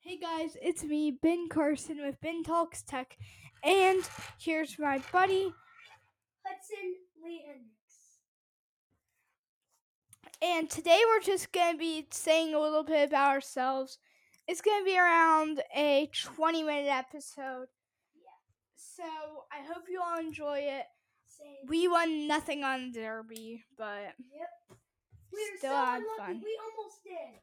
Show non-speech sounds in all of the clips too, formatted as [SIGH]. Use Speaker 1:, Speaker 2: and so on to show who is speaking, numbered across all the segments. Speaker 1: Hey guys, it's me, Ben Carson with Ben Talks Tech, and here's my buddy,
Speaker 2: Hudson Lee Hendricks.
Speaker 1: and today we're just going to be saying a little bit about ourselves. It's going to be around a 20 minute episode. So I hope you all enjoy it.
Speaker 2: Same.
Speaker 1: We won nothing on Derby, but
Speaker 2: We were
Speaker 1: still
Speaker 2: so
Speaker 1: had
Speaker 2: unlucky.
Speaker 1: fun.
Speaker 2: We almost did.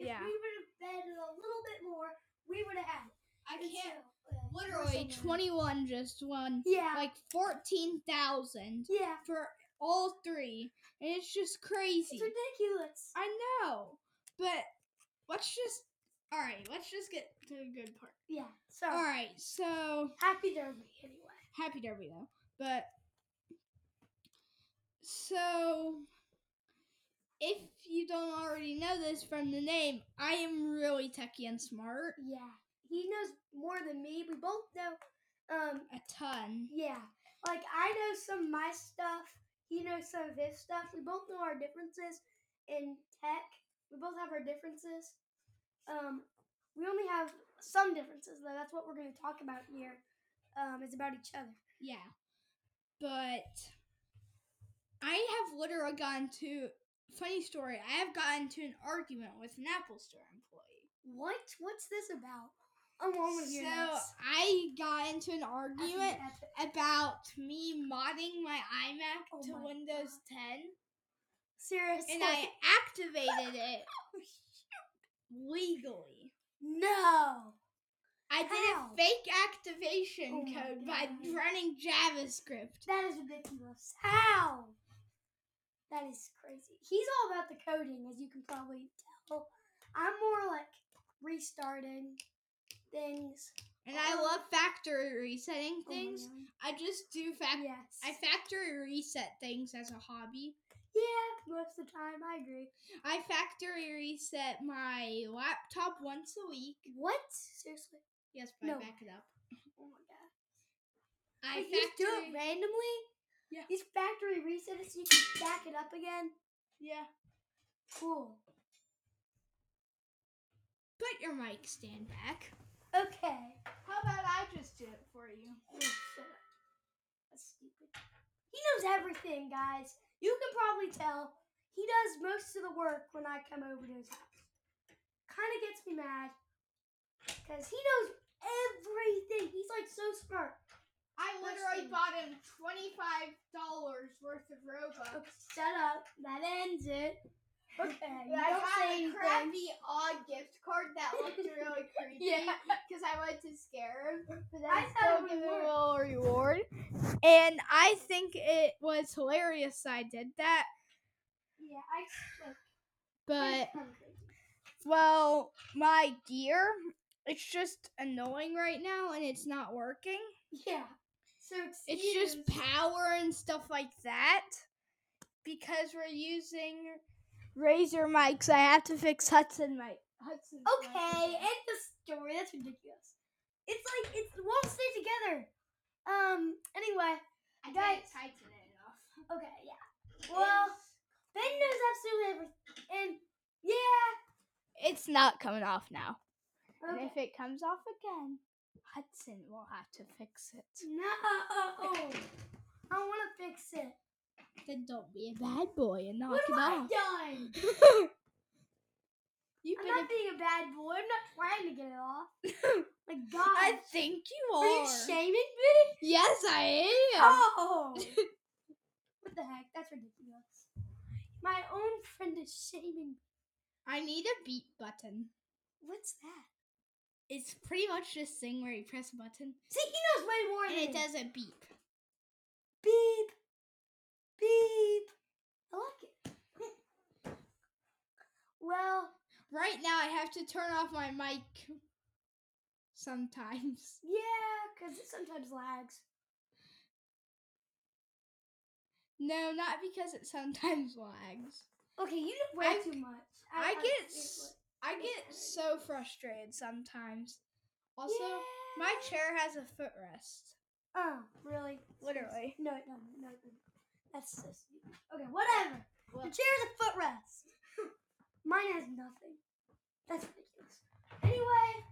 Speaker 2: If
Speaker 1: yeah.
Speaker 2: we would have betted a little bit more, we would have had it.
Speaker 3: I
Speaker 2: And
Speaker 3: can't.
Speaker 2: so, uh,
Speaker 3: Literally,
Speaker 2: we're so mad.
Speaker 3: 21 just won
Speaker 2: Yeah.
Speaker 3: like 14,000
Speaker 2: yeah.
Speaker 3: for all three. And it's just crazy.
Speaker 2: It's ridiculous.
Speaker 3: I know. But let's just. Alright, let's just get to the good part.
Speaker 2: Yeah. So
Speaker 3: Alright, so.
Speaker 2: happy derby anyway.
Speaker 3: Happy Derby, though. But. So. If you don't already know this from the name, I am really techy and smart.
Speaker 2: Yeah. He knows more than me. We both know. Um.
Speaker 3: A ton.
Speaker 2: Yeah. Like I know some of my stuff. He knows some of his stuff. We both know our differences in tech. We both have our differences. Um, we only have some differences though. That's what we're going to talk about here. Um, it's about each other.
Speaker 3: Yeah. But I have literally gotten to funny story, I have gotten to an argument with an Apple Store employee.
Speaker 2: What? What's this about? Oh, I'm on with
Speaker 3: So
Speaker 2: you. this.
Speaker 3: I got into an
Speaker 2: That's
Speaker 3: argument
Speaker 2: epic.
Speaker 3: about me modding my iMac
Speaker 2: Oh
Speaker 3: to
Speaker 2: my
Speaker 3: Windows 10
Speaker 2: Seriously.
Speaker 3: and I activated
Speaker 2: [LAUGHS]
Speaker 3: it
Speaker 2: Oh,
Speaker 3: legally.
Speaker 2: no.
Speaker 3: I did
Speaker 2: How?
Speaker 3: a fake activation
Speaker 2: Oh my
Speaker 3: code by
Speaker 2: God.
Speaker 3: running JavaScript.
Speaker 2: That is ridiculous. How? That is crazy. He's all about the coding, as you can probably tell. I'm more like restarting things.
Speaker 3: And I
Speaker 2: Oh.
Speaker 3: love factory resetting
Speaker 2: Oh my
Speaker 3: things.
Speaker 2: God.
Speaker 3: I just do fact
Speaker 2: yes.
Speaker 3: I factory reset things as a hobby.
Speaker 2: yeah, most of the time, I agree.
Speaker 3: I factory reset my laptop once a week.
Speaker 2: What? Seriously?
Speaker 3: Yes, but
Speaker 2: No.
Speaker 3: I back it up.
Speaker 2: Oh my god.
Speaker 3: I
Speaker 2: Like, you just do it
Speaker 3: factory
Speaker 2: randomly?
Speaker 3: Yeah.
Speaker 2: These factory reset it so you can back it up again?
Speaker 3: Yeah.
Speaker 2: Cool.
Speaker 3: Put your mic stand back.
Speaker 2: Okay.
Speaker 3: How about I just do it for you?
Speaker 2: Oh, shut up. That's stupid. He knows everything, guys. You can probably tell. He does most of the work when I come over to his house. Kind of gets me mad because he knows everything. He's like so smart.
Speaker 3: I literally
Speaker 2: Listen.
Speaker 3: bought him twenty five dollars worth of Robux.
Speaker 2: Okay, shut up. That ends it. Okay. you
Speaker 3: I
Speaker 2: don't say
Speaker 3: had a
Speaker 2: anything.
Speaker 3: crappy odd gift card that
Speaker 1: [LAUGHS]
Speaker 3: looked really creepy
Speaker 2: Yeah.
Speaker 3: because I wanted to scare him. But then
Speaker 2: I
Speaker 3: I
Speaker 2: thought
Speaker 3: still give
Speaker 2: it would
Speaker 3: him
Speaker 2: work.
Speaker 3: a
Speaker 1: little reward. And I think it was hilarious I did that,
Speaker 2: Yeah, I. Like,
Speaker 1: but
Speaker 2: I'm kinda crazy.
Speaker 1: Well, my gear, it's just annoying right now and it's not working.
Speaker 2: Yeah. So
Speaker 1: It's
Speaker 2: excuses.
Speaker 1: just power and stuff like that. Because we're using Razor mics, I have to fix Hudson mic. Hudson.
Speaker 2: Okay, end the story. That's ridiculous. It's like it won't stay together. Um. Anyway,
Speaker 3: I
Speaker 2: Guys.
Speaker 3: didn't tighten it enough.
Speaker 2: okay, yeah. Well, Ben knows absolutely everything, and yeah.
Speaker 1: It's not coming off now.
Speaker 2: Okay.
Speaker 1: And if it comes off again, Hudson will have to fix it.
Speaker 2: No, I want to fix it.
Speaker 3: Then don't be a
Speaker 1: Bad boy and knock
Speaker 2: what
Speaker 1: it
Speaker 2: have I
Speaker 1: off.
Speaker 2: done?
Speaker 1: [LAUGHS]
Speaker 3: You
Speaker 2: I'm
Speaker 3: could have
Speaker 2: not being a bad boy. I'm not trying to get
Speaker 1: [LAUGHS]
Speaker 2: it off. My God,
Speaker 1: I think you
Speaker 2: are you
Speaker 1: are.
Speaker 2: shaming me?
Speaker 1: yes, I am.
Speaker 3: [LAUGHS]
Speaker 2: Oh, what the heck? That's ridiculous. My own friend is shaming. me.
Speaker 3: I need a beat button.
Speaker 2: What's that?
Speaker 3: It's pretty much this thing where you press a button
Speaker 2: See, he knows way more
Speaker 3: and
Speaker 2: than
Speaker 3: it
Speaker 2: me.
Speaker 3: does a beep.
Speaker 2: Beep, beep. I like it. [LAUGHS] well,
Speaker 3: Right now, I have to turn off my mic sometimes. [LAUGHS]
Speaker 2: yeah, because it sometimes lags.
Speaker 3: No, not because it sometimes lags.
Speaker 2: Okay, you know way
Speaker 3: I-
Speaker 2: too much.
Speaker 3: I get
Speaker 2: can't
Speaker 3: s-
Speaker 2: do
Speaker 3: I get so frustrated sometimes.
Speaker 2: it.
Speaker 3: Also,
Speaker 2: Yeah.
Speaker 3: my chair has a footrest.
Speaker 2: Oh, really?
Speaker 1: Literally.
Speaker 2: No, no, no, no. That's so stupid. Okay, whatever. The chair's a footrest. Mine has nothing. That's ridiculous. Anyway,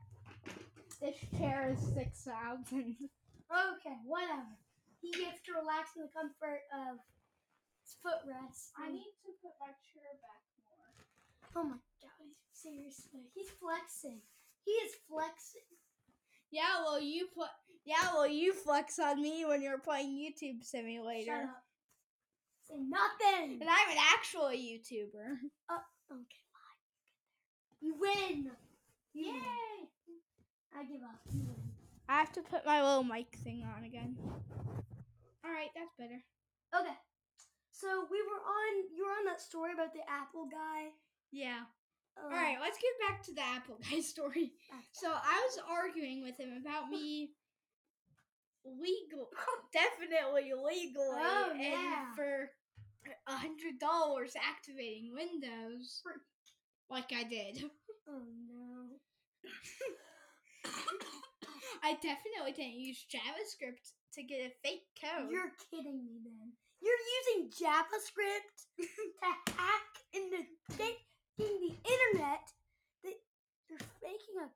Speaker 3: each chair is six thousand.
Speaker 2: Okay, whatever. He gets to relax in the comfort of his footrest.
Speaker 3: I need to put my chair back more.
Speaker 2: oh my god, seriously. He's flexing. He is flexing.
Speaker 3: Yeah, well you put. Yeah, well you flex on me when you're playing YouTube
Speaker 2: Shut
Speaker 3: Simulator,
Speaker 2: up. Say nothing.
Speaker 3: and I'm an actual YouTuber.
Speaker 2: Okay, fine. You win. You Yay! I give up. You win.
Speaker 3: I have to put my little mic thing on again. All right, that's better.
Speaker 2: Okay. So we were on. You were on that story about the apple guy.
Speaker 3: Yeah.
Speaker 2: Um,
Speaker 3: All right, let's get back to the Apple Guy [LAUGHS] story.
Speaker 2: Apple
Speaker 3: So I was arguing with him about me legal, [LAUGHS] definitely legally,
Speaker 2: Oh,
Speaker 3: and
Speaker 2: yeah.
Speaker 3: for a hundred dollars activating Windows, like I did.
Speaker 2: Oh
Speaker 3: [LAUGHS]
Speaker 2: no.
Speaker 3: I definitely didn't use JavaScript to get a fake code. [LAUGHS]
Speaker 2: You're kidding me, then. You're using JavaScript
Speaker 3: [LAUGHS]
Speaker 2: to hack into taking the internet. That you're making a.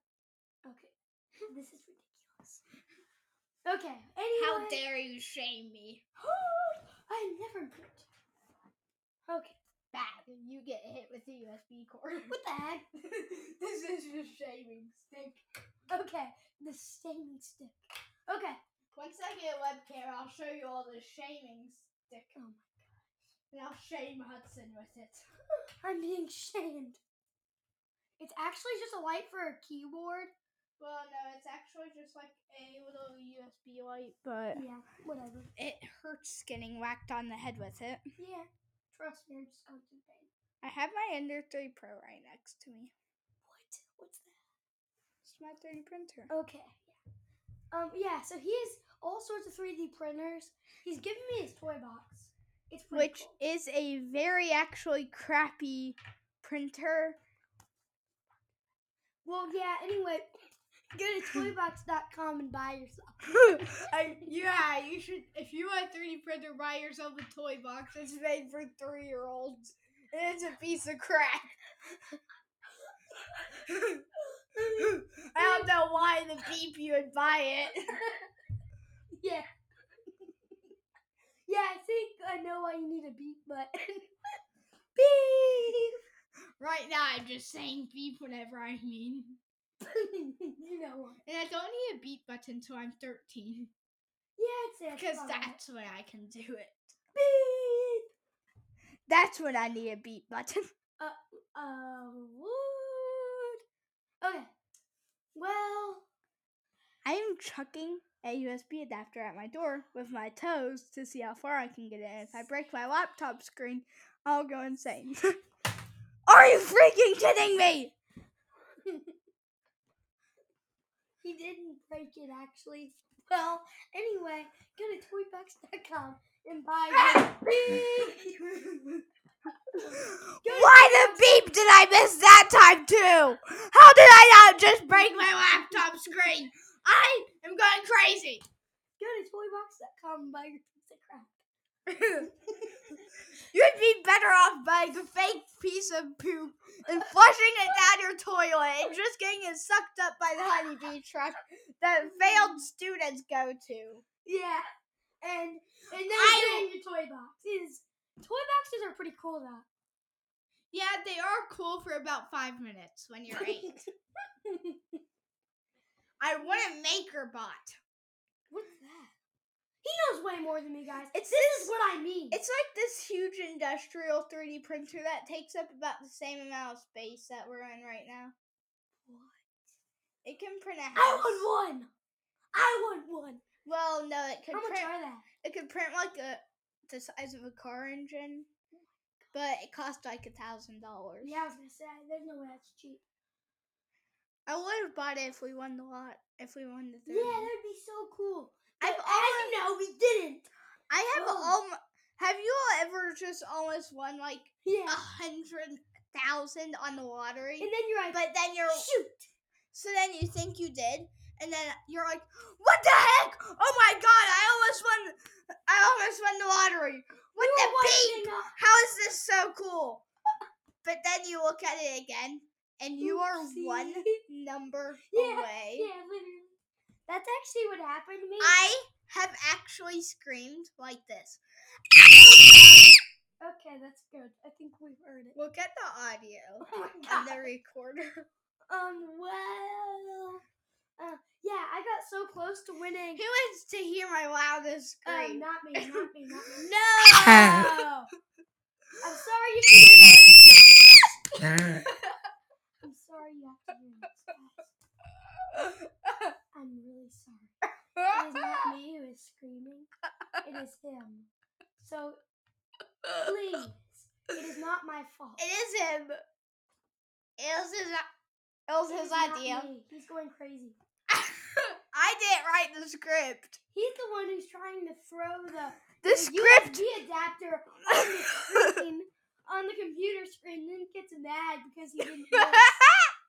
Speaker 2: Okay, [LAUGHS] this is ridiculous. Okay. Anyway,
Speaker 3: How dare you shame me?
Speaker 2: [GASPS] I never could. Okay.
Speaker 3: Back, you get hit with the USB cord.
Speaker 2: What the heck? [LAUGHS]
Speaker 3: [LAUGHS] this is just shaming stick.
Speaker 2: Okay. The shaming stick. Okay.
Speaker 3: Once I get a webcam, I'll show you all the shaming stick.
Speaker 2: Oh my
Speaker 3: And I'll shame Hudson with it.
Speaker 2: I'm being shamed. It's actually just a light for a keyboard.
Speaker 3: Well, no, it's actually just like a little USB light, but
Speaker 2: Yeah, whatever.
Speaker 3: it hurts getting whacked on the head with it.
Speaker 2: Yeah, trust me, I'm just going through pain.
Speaker 3: I have my Ender 3 Pro right next to me.
Speaker 2: What? What's that?
Speaker 3: It's my 3D printer.
Speaker 2: Okay. Yeah. Um. Yeah. So he has all sorts of 3D printers. He's giving me his toy box. It's pretty
Speaker 3: Which
Speaker 2: cool.
Speaker 3: is a very actually crappy printer.
Speaker 2: Well, yeah. Anyway, go to toybox.com and buy yourself.
Speaker 3: I, yeah, you should. If you want a 3D printer, buy yourself a toy box that's made for three year olds. And it's a piece of crap. [LAUGHS] I don't know why the beep you would buy it.
Speaker 2: Yeah. yeah. I think I know why you need a beep button. [LAUGHS]
Speaker 3: Beep! Right now, I'm just saying beep whenever I mean.
Speaker 2: you know what?
Speaker 3: And I don't need a beep button until I'm 13.
Speaker 2: Yeah, it's it.
Speaker 3: Because
Speaker 2: Follow it.
Speaker 3: that's when I can do it. That's when I need a beep button.
Speaker 2: Uh, wood. Okay. Well,
Speaker 3: I am chucking a USB adapter at my door with my toes to see how far I can get in. If I break my laptop screen, I'll go insane. [LAUGHS] Are you freaking kidding me?
Speaker 2: he didn't break it actually. Well, anyway, go to toybox.com and
Speaker 3: [LAUGHS]
Speaker 2: buy it.
Speaker 3: Why the beep did I miss that time too? How did I not just break my laptop screen? I am going crazy.
Speaker 2: go to toybox.com and buy your piece of crap.
Speaker 3: [LAUGHS] You'd be better off buying a fake piece of poop and flushing it down your toilet and just getting it sucked up by the honeybee truck that failed students go to.
Speaker 2: Yeah. And and then
Speaker 3: I
Speaker 2: get in your toy box. It Is toy boxes are pretty cool though.
Speaker 3: Yeah, they are cool for about five minutes when you're [LAUGHS] eight. I want a maker bot.
Speaker 2: [LAUGHS] What's that? He knows way more than me, guys.
Speaker 3: It's
Speaker 2: This is what I mean.
Speaker 3: It's like this huge industrial 3D printer that takes up about the same amount of space that we're in right now. It can print a house.
Speaker 2: I want one. I want one.
Speaker 3: Well, no, it could
Speaker 2: I'm gonna
Speaker 3: print.
Speaker 2: try that.
Speaker 3: It could print like a the size of a car engine, but it cost like a thousand dollars.
Speaker 2: Oh Yeah, I was gonna say there's no way that's cheap.
Speaker 3: I would have bought it if we won the lot. If we won the
Speaker 2: Yeah,
Speaker 3: third,
Speaker 2: that'd be so cool.
Speaker 3: I've
Speaker 2: But as
Speaker 3: already.
Speaker 2: you know, we didn't.
Speaker 3: I have
Speaker 2: Whoa.
Speaker 3: all. Have you all ever just almost won like a
Speaker 2: Yeah.
Speaker 3: hundred thousand on the lottery?
Speaker 2: And then you're like,
Speaker 3: But then you're
Speaker 2: shoot.
Speaker 3: so then you think you did, and then you're like, what the heck? Oh my god! I almost won! I almost won the lottery. What
Speaker 2: you were
Speaker 3: the beep?
Speaker 2: watching us.
Speaker 3: How is this so cool? But then you look at it again, and you are one
Speaker 2: Oopsie.
Speaker 3: number
Speaker 2: [LAUGHS] Yeah,
Speaker 3: away
Speaker 2: Yeah, literally. That's actually what happened to me.
Speaker 3: I have actually screamed like this.
Speaker 2: okay, that's good. I think we've heard it.
Speaker 3: Look at the audio
Speaker 2: Oh [LAUGHS] my
Speaker 3: on
Speaker 2: god.
Speaker 3: the
Speaker 2: [LAUGHS]
Speaker 3: recorder.
Speaker 2: Um, well, uh, yeah, I got so close to winning.
Speaker 3: Who wants to hear my loudest
Speaker 2: Um,
Speaker 3: scream?
Speaker 2: not me, not me, not [LAUGHS] me.
Speaker 3: no!
Speaker 2: [LAUGHS] I'm sorry you can do that. I'm sorry you have to do this, guys. I'm really sorry. It is [LAUGHS] not me who is screaming. It is him. So please, it is not my fault.
Speaker 3: It is him. It was his, it
Speaker 2: It
Speaker 3: was
Speaker 2: is
Speaker 3: his
Speaker 2: not
Speaker 3: idea.
Speaker 2: me. He's going crazy.
Speaker 3: [LAUGHS] I didn't write the script.
Speaker 2: He's the one who's trying to throw the
Speaker 1: The script.
Speaker 2: USB adapter on the screen, on the computer screen, then gets mad because he didn't. know it.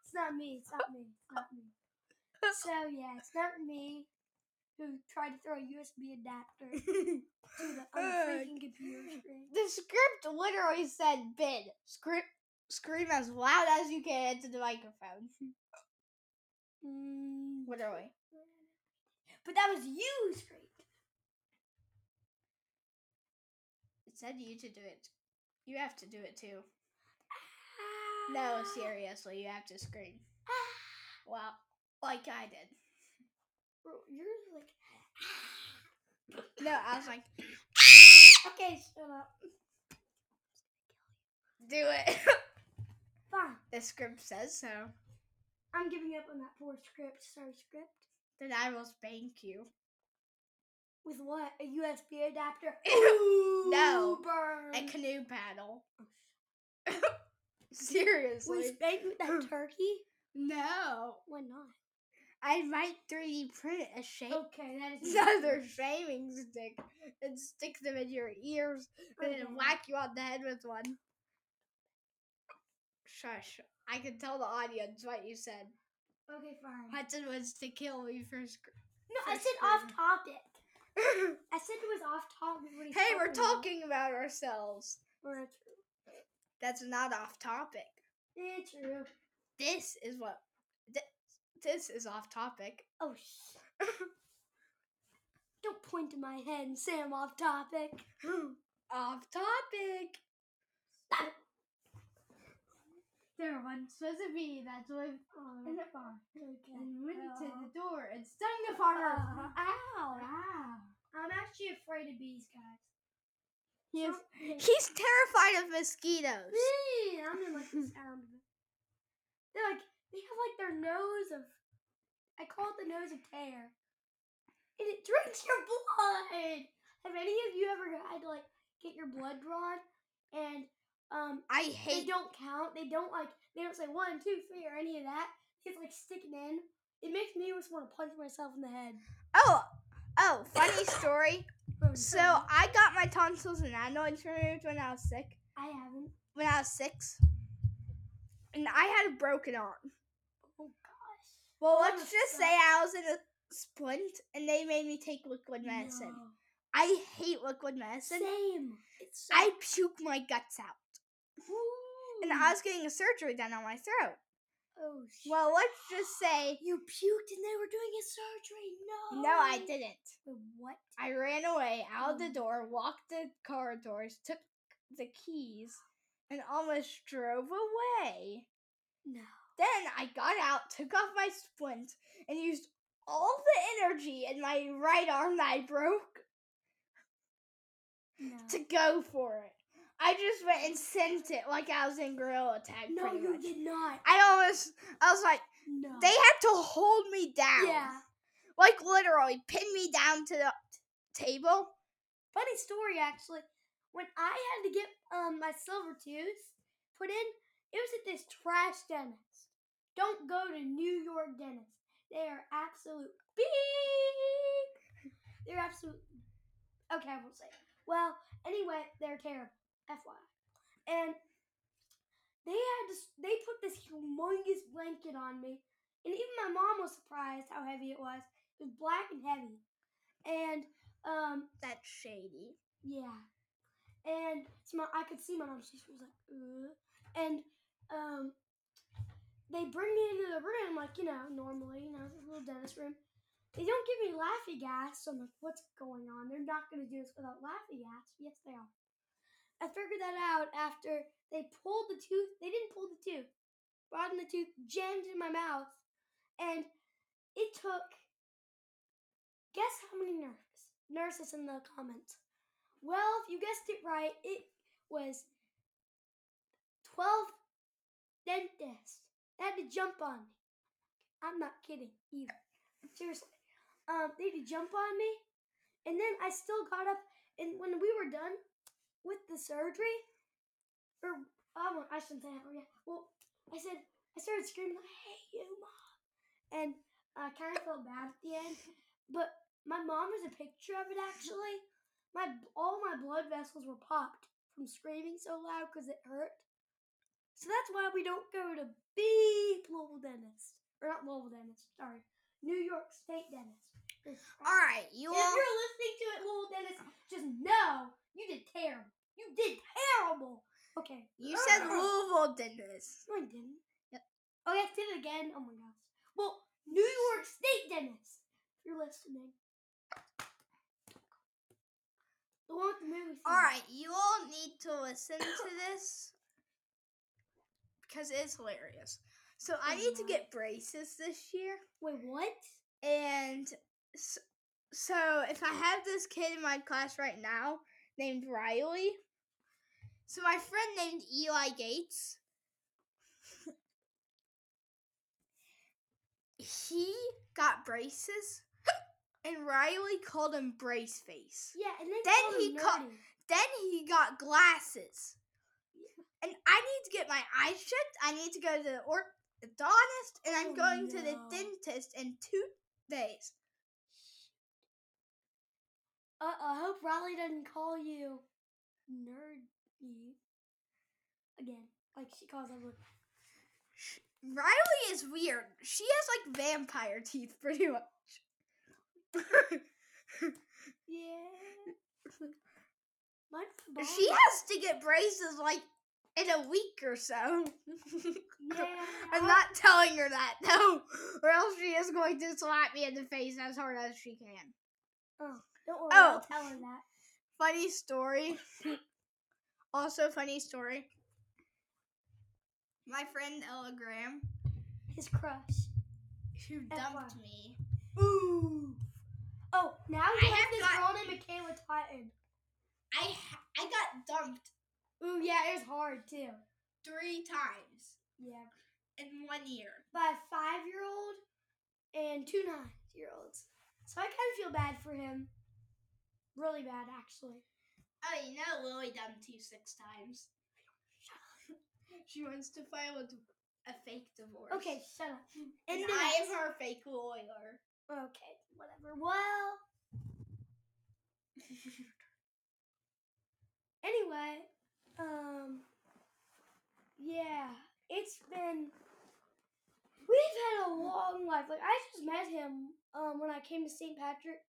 Speaker 2: It's not me. It's not me. It's not me. So yeah, it's not me who tried to throw a USB adapter [LAUGHS] to the on the freaking computer screen.
Speaker 3: The script literally said bid. Script scream as loud as you can into the microphone.
Speaker 2: Mm,
Speaker 3: Literally.
Speaker 2: but that was you, who screamed.
Speaker 3: It said you to do it. You have to do it too. No,
Speaker 2: Ah.
Speaker 3: seriously, you have to scream. Well, like I did.
Speaker 2: Bro, You're like
Speaker 3: No, I was like,
Speaker 2: okay, shut up.
Speaker 3: do it. [LAUGHS]
Speaker 2: Fine,
Speaker 3: the script says so.
Speaker 2: I'm giving up on that poor script. Sorry, script.
Speaker 3: Then I will spank you. [LAUGHS]
Speaker 2: With what? A USB adapter?
Speaker 3: [LAUGHS] No.
Speaker 2: Ooh, burn.
Speaker 3: A canoe paddle. [LAUGHS] seriously.
Speaker 2: Was spanked with
Speaker 3: [LAUGHS]
Speaker 2: that turkey?
Speaker 3: no.
Speaker 2: Why not?
Speaker 3: I might 3D print a shape.
Speaker 2: Okay,
Speaker 3: [LAUGHS]
Speaker 2: that is
Speaker 3: Another shaving stick and stick them in your ears and
Speaker 2: Okay.
Speaker 3: then whack you on the head with one. Shush. I can tell the audience what you said.
Speaker 2: Okay, fine.
Speaker 3: Hudson was to kill me for sc- [LAUGHS]
Speaker 2: No, I
Speaker 3: First
Speaker 2: said off
Speaker 3: one.
Speaker 2: topic. I said it was off topic. What are you
Speaker 3: Hey, we're
Speaker 2: about?
Speaker 3: talking about ourselves.
Speaker 2: We're-
Speaker 3: That's not off topic.
Speaker 2: Yeah, true.
Speaker 3: This is what. This, this is off topic.
Speaker 2: Oh,
Speaker 3: [LAUGHS]
Speaker 2: sh- Don't point to my head and say I'm
Speaker 3: [LAUGHS]
Speaker 2: off topic.
Speaker 3: off topic.
Speaker 2: Stop it.
Speaker 3: There once was a bee that lived
Speaker 2: Oh,
Speaker 3: in a barn
Speaker 2: okay.
Speaker 3: and went to
Speaker 2: Oh.
Speaker 3: the door and stung the farmer.
Speaker 2: Uh, ow. I'm actually afraid of bees, guys.
Speaker 3: Yes.
Speaker 2: Something-
Speaker 3: He's terrified of mosquitoes.
Speaker 2: Eee, I don't like the sound of it. They're like they have like their nose of I call it the nose of tear. And it drinks your blood. Have any of you ever had to like get your blood drawn and um
Speaker 3: I
Speaker 2: they
Speaker 3: hate.
Speaker 2: don't count. They don't like they don't say one, two, three or any of that. It's like sticking in. It makes me just want to punch myself in the head.
Speaker 3: Oh, oh, funny story. So I got my tonsils and adenoids removed when I was sick.
Speaker 2: I haven't.
Speaker 3: when I was six, and I had a broken arm.
Speaker 2: Oh gosh.
Speaker 3: Well,
Speaker 2: Oh,
Speaker 3: let's just say I was in a splint, and they made me take liquid medicine.
Speaker 2: No.
Speaker 3: I hate liquid medicine.
Speaker 2: Same. It's so
Speaker 3: I puke my guts out,
Speaker 2: Ooh.
Speaker 3: and I was getting a surgery done on my throat.
Speaker 2: Oh sh-
Speaker 3: Well, let's just say
Speaker 2: You puked and they were doing a surgery. No.
Speaker 3: no, I didn't.
Speaker 2: Wait, What?
Speaker 3: I ran away out the
Speaker 2: Mm.
Speaker 3: door, walked the corridors, took the keys, and almost drove away.
Speaker 2: No.
Speaker 3: Then I got out, took off my splint, and used all the energy in my right arm that I broke
Speaker 2: No.
Speaker 3: to go for it. I just went and sent it like I was in guerrilla tag.
Speaker 2: no,
Speaker 3: pretty
Speaker 2: you
Speaker 3: much.
Speaker 2: did not.
Speaker 3: I almost, I was like,
Speaker 2: No.
Speaker 3: they had to hold me down.
Speaker 2: Yeah.
Speaker 3: Like literally pin me down to the table.
Speaker 2: Funny story, actually. When I had to get um, my silver tooth put in, it was at this trash dentist. Don't go to New York dentists. They are absolute beep. They're absolute. Okay, I won't say. it. Well, anyway, they're terrible. FYI, and they had to. s- They put this humongous blanket on me, and even my mom was surprised how heavy it was. It was black and heavy, and um,
Speaker 3: That's shady.
Speaker 2: yeah. And so my, I could see my mom. She was like, Ugh. and um, they bring me into the room, like you know, normally, you know, it's a little dentist room. They don't give me laffy gas. So I'm like, what's going on? They're not going to do this without laffy gas. Yes, they are. I figured that out after they pulled the tooth. They didn't pull the tooth. Brought in the tooth, jammed in my mouth, and it took. Guess how many nurses? Nurses in the comments. Well, if you guessed it right, it was twelve dentists that had to jump on me. I'm not kidding either. Seriously, um, they had to jump on me, and then I still got up. And when we were done with the surgery, or um, I shouldn't say that. Yeah. Well, I said I started screaming, "I hate you, mom!" And I kind of felt bad at the end, but my mom has a picture of it actually. My all my blood vessels were popped from screaming so loud because it hurt. So that's why we don't go to beep Louisville dentist, or not Louisville dentist. Sorry, New York State dentist.
Speaker 3: All right, you
Speaker 2: If
Speaker 3: all.
Speaker 2: you're listening to it, Louisville dentist, just know you did terrible. You did terrible. Okay.
Speaker 3: You said Louisville did this.
Speaker 2: No, I didn't. Okay, I did it again. Oh my gosh. Well, New York State dentist. If you're listening. The one with the movie.
Speaker 3: All right, you all need to listen to this because it's hilarious. So I need to get braces this year,
Speaker 2: Wait, what?
Speaker 3: and s- so if I have this kid in my class right now named Riley, so my friend named Eli Gates, he got braces, and Riley called him Brace Face.
Speaker 2: Yeah, and they
Speaker 3: Then
Speaker 2: called
Speaker 3: he
Speaker 2: him
Speaker 3: ca-
Speaker 2: nerdy.
Speaker 3: Then he got glasses. And I need to get my eyes checked. I need to go to the orthodontist, and I'm
Speaker 2: Oh,
Speaker 3: going to the
Speaker 2: no.
Speaker 3: dentist in two days.
Speaker 2: Uh, I hope Riley doesn't call you nerdy again, like she calls everyone.
Speaker 3: Riley is weird. She has like vampire teeth, [LAUGHS] pretty much.
Speaker 2: Yeah. Mine's bomb.
Speaker 3: [LAUGHS] she has to get braces like in a week or so.
Speaker 2: Yeah.
Speaker 3: I'm not telling her that [LAUGHS] though, or else she is going to slap me in the face as hard as she can.
Speaker 2: Don't worry,
Speaker 3: Oh.
Speaker 2: I'll tell her that.
Speaker 3: Funny story. also, funny story. My friend Ella Graham,
Speaker 2: His crush.
Speaker 3: who
Speaker 2: Ella.
Speaker 3: dumped me.
Speaker 2: Ooh. Oh, now you
Speaker 3: I
Speaker 2: have
Speaker 3: have
Speaker 2: this
Speaker 3: got-
Speaker 2: girl named Michaela Titan.
Speaker 3: I ha- I got dumped
Speaker 2: Ooh, yeah, it was hard too.
Speaker 3: three times
Speaker 2: Yeah.
Speaker 3: in one year.
Speaker 2: By a five year old and two nine year olds. So I kind of feel bad for him. Really bad, actually.
Speaker 3: Oh, you know Lily dumped you six times. [LAUGHS] she wants to file a, div- a fake divorce.
Speaker 2: Okay, shut up.
Speaker 3: and
Speaker 2: [LAUGHS] And
Speaker 3: I
Speaker 2: then
Speaker 3: am her fake lawyer.
Speaker 2: [LAUGHS] Okay, whatever. Well. [LAUGHS] anyway, um. Yeah, it's been. We've had a long life. Like, I just met him um, when I came to St. Patrick.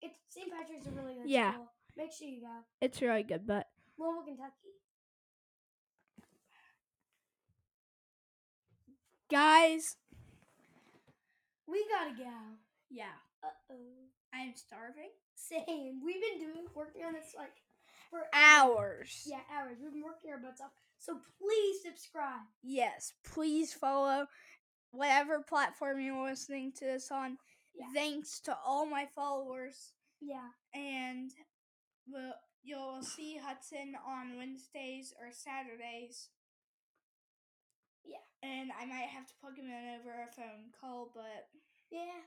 Speaker 2: It's St. Patrick's a really good
Speaker 1: Yeah.
Speaker 2: school. Make sure you go.
Speaker 1: It's really good, but
Speaker 2: Louisville, Kentucky.
Speaker 1: guys,
Speaker 2: We gotta go.
Speaker 3: Yeah,
Speaker 2: Uh oh.
Speaker 3: I'm starving.
Speaker 2: Same. We've been doing working on this like for
Speaker 1: hours.
Speaker 2: yeah hours. We've been working our butts off. So please subscribe.
Speaker 1: Yes, please follow whatever platform you're listening to this on.
Speaker 2: Yeah.
Speaker 1: Thanks to all my followers,
Speaker 2: Yeah.
Speaker 1: and we'll, you'll see Hudson on Wednesdays or Saturdays.
Speaker 2: Yeah.
Speaker 1: And I might have to plug him in over a phone call, but
Speaker 2: Yeah.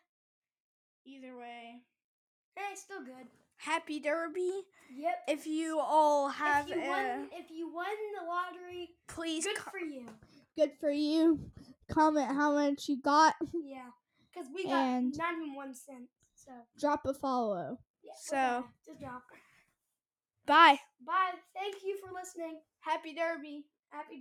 Speaker 1: either way.
Speaker 2: Hey, it's still good.
Speaker 1: Happy Derby.
Speaker 2: Yep.
Speaker 1: If you all have
Speaker 2: If you
Speaker 1: a,
Speaker 2: won, if you won the lottery,
Speaker 1: please
Speaker 2: good
Speaker 1: co- [LAUGHS]
Speaker 2: for you.
Speaker 1: good for you. Comment how much you got.
Speaker 2: Yeah, because we got
Speaker 1: And-
Speaker 2: not even one cent. So
Speaker 1: Drop a follow.
Speaker 2: yeah. we're
Speaker 1: So-
Speaker 2: back. just drop.
Speaker 1: Bye.
Speaker 2: Bye. Thank you for listening.
Speaker 1: Happy Derby.
Speaker 2: Happy.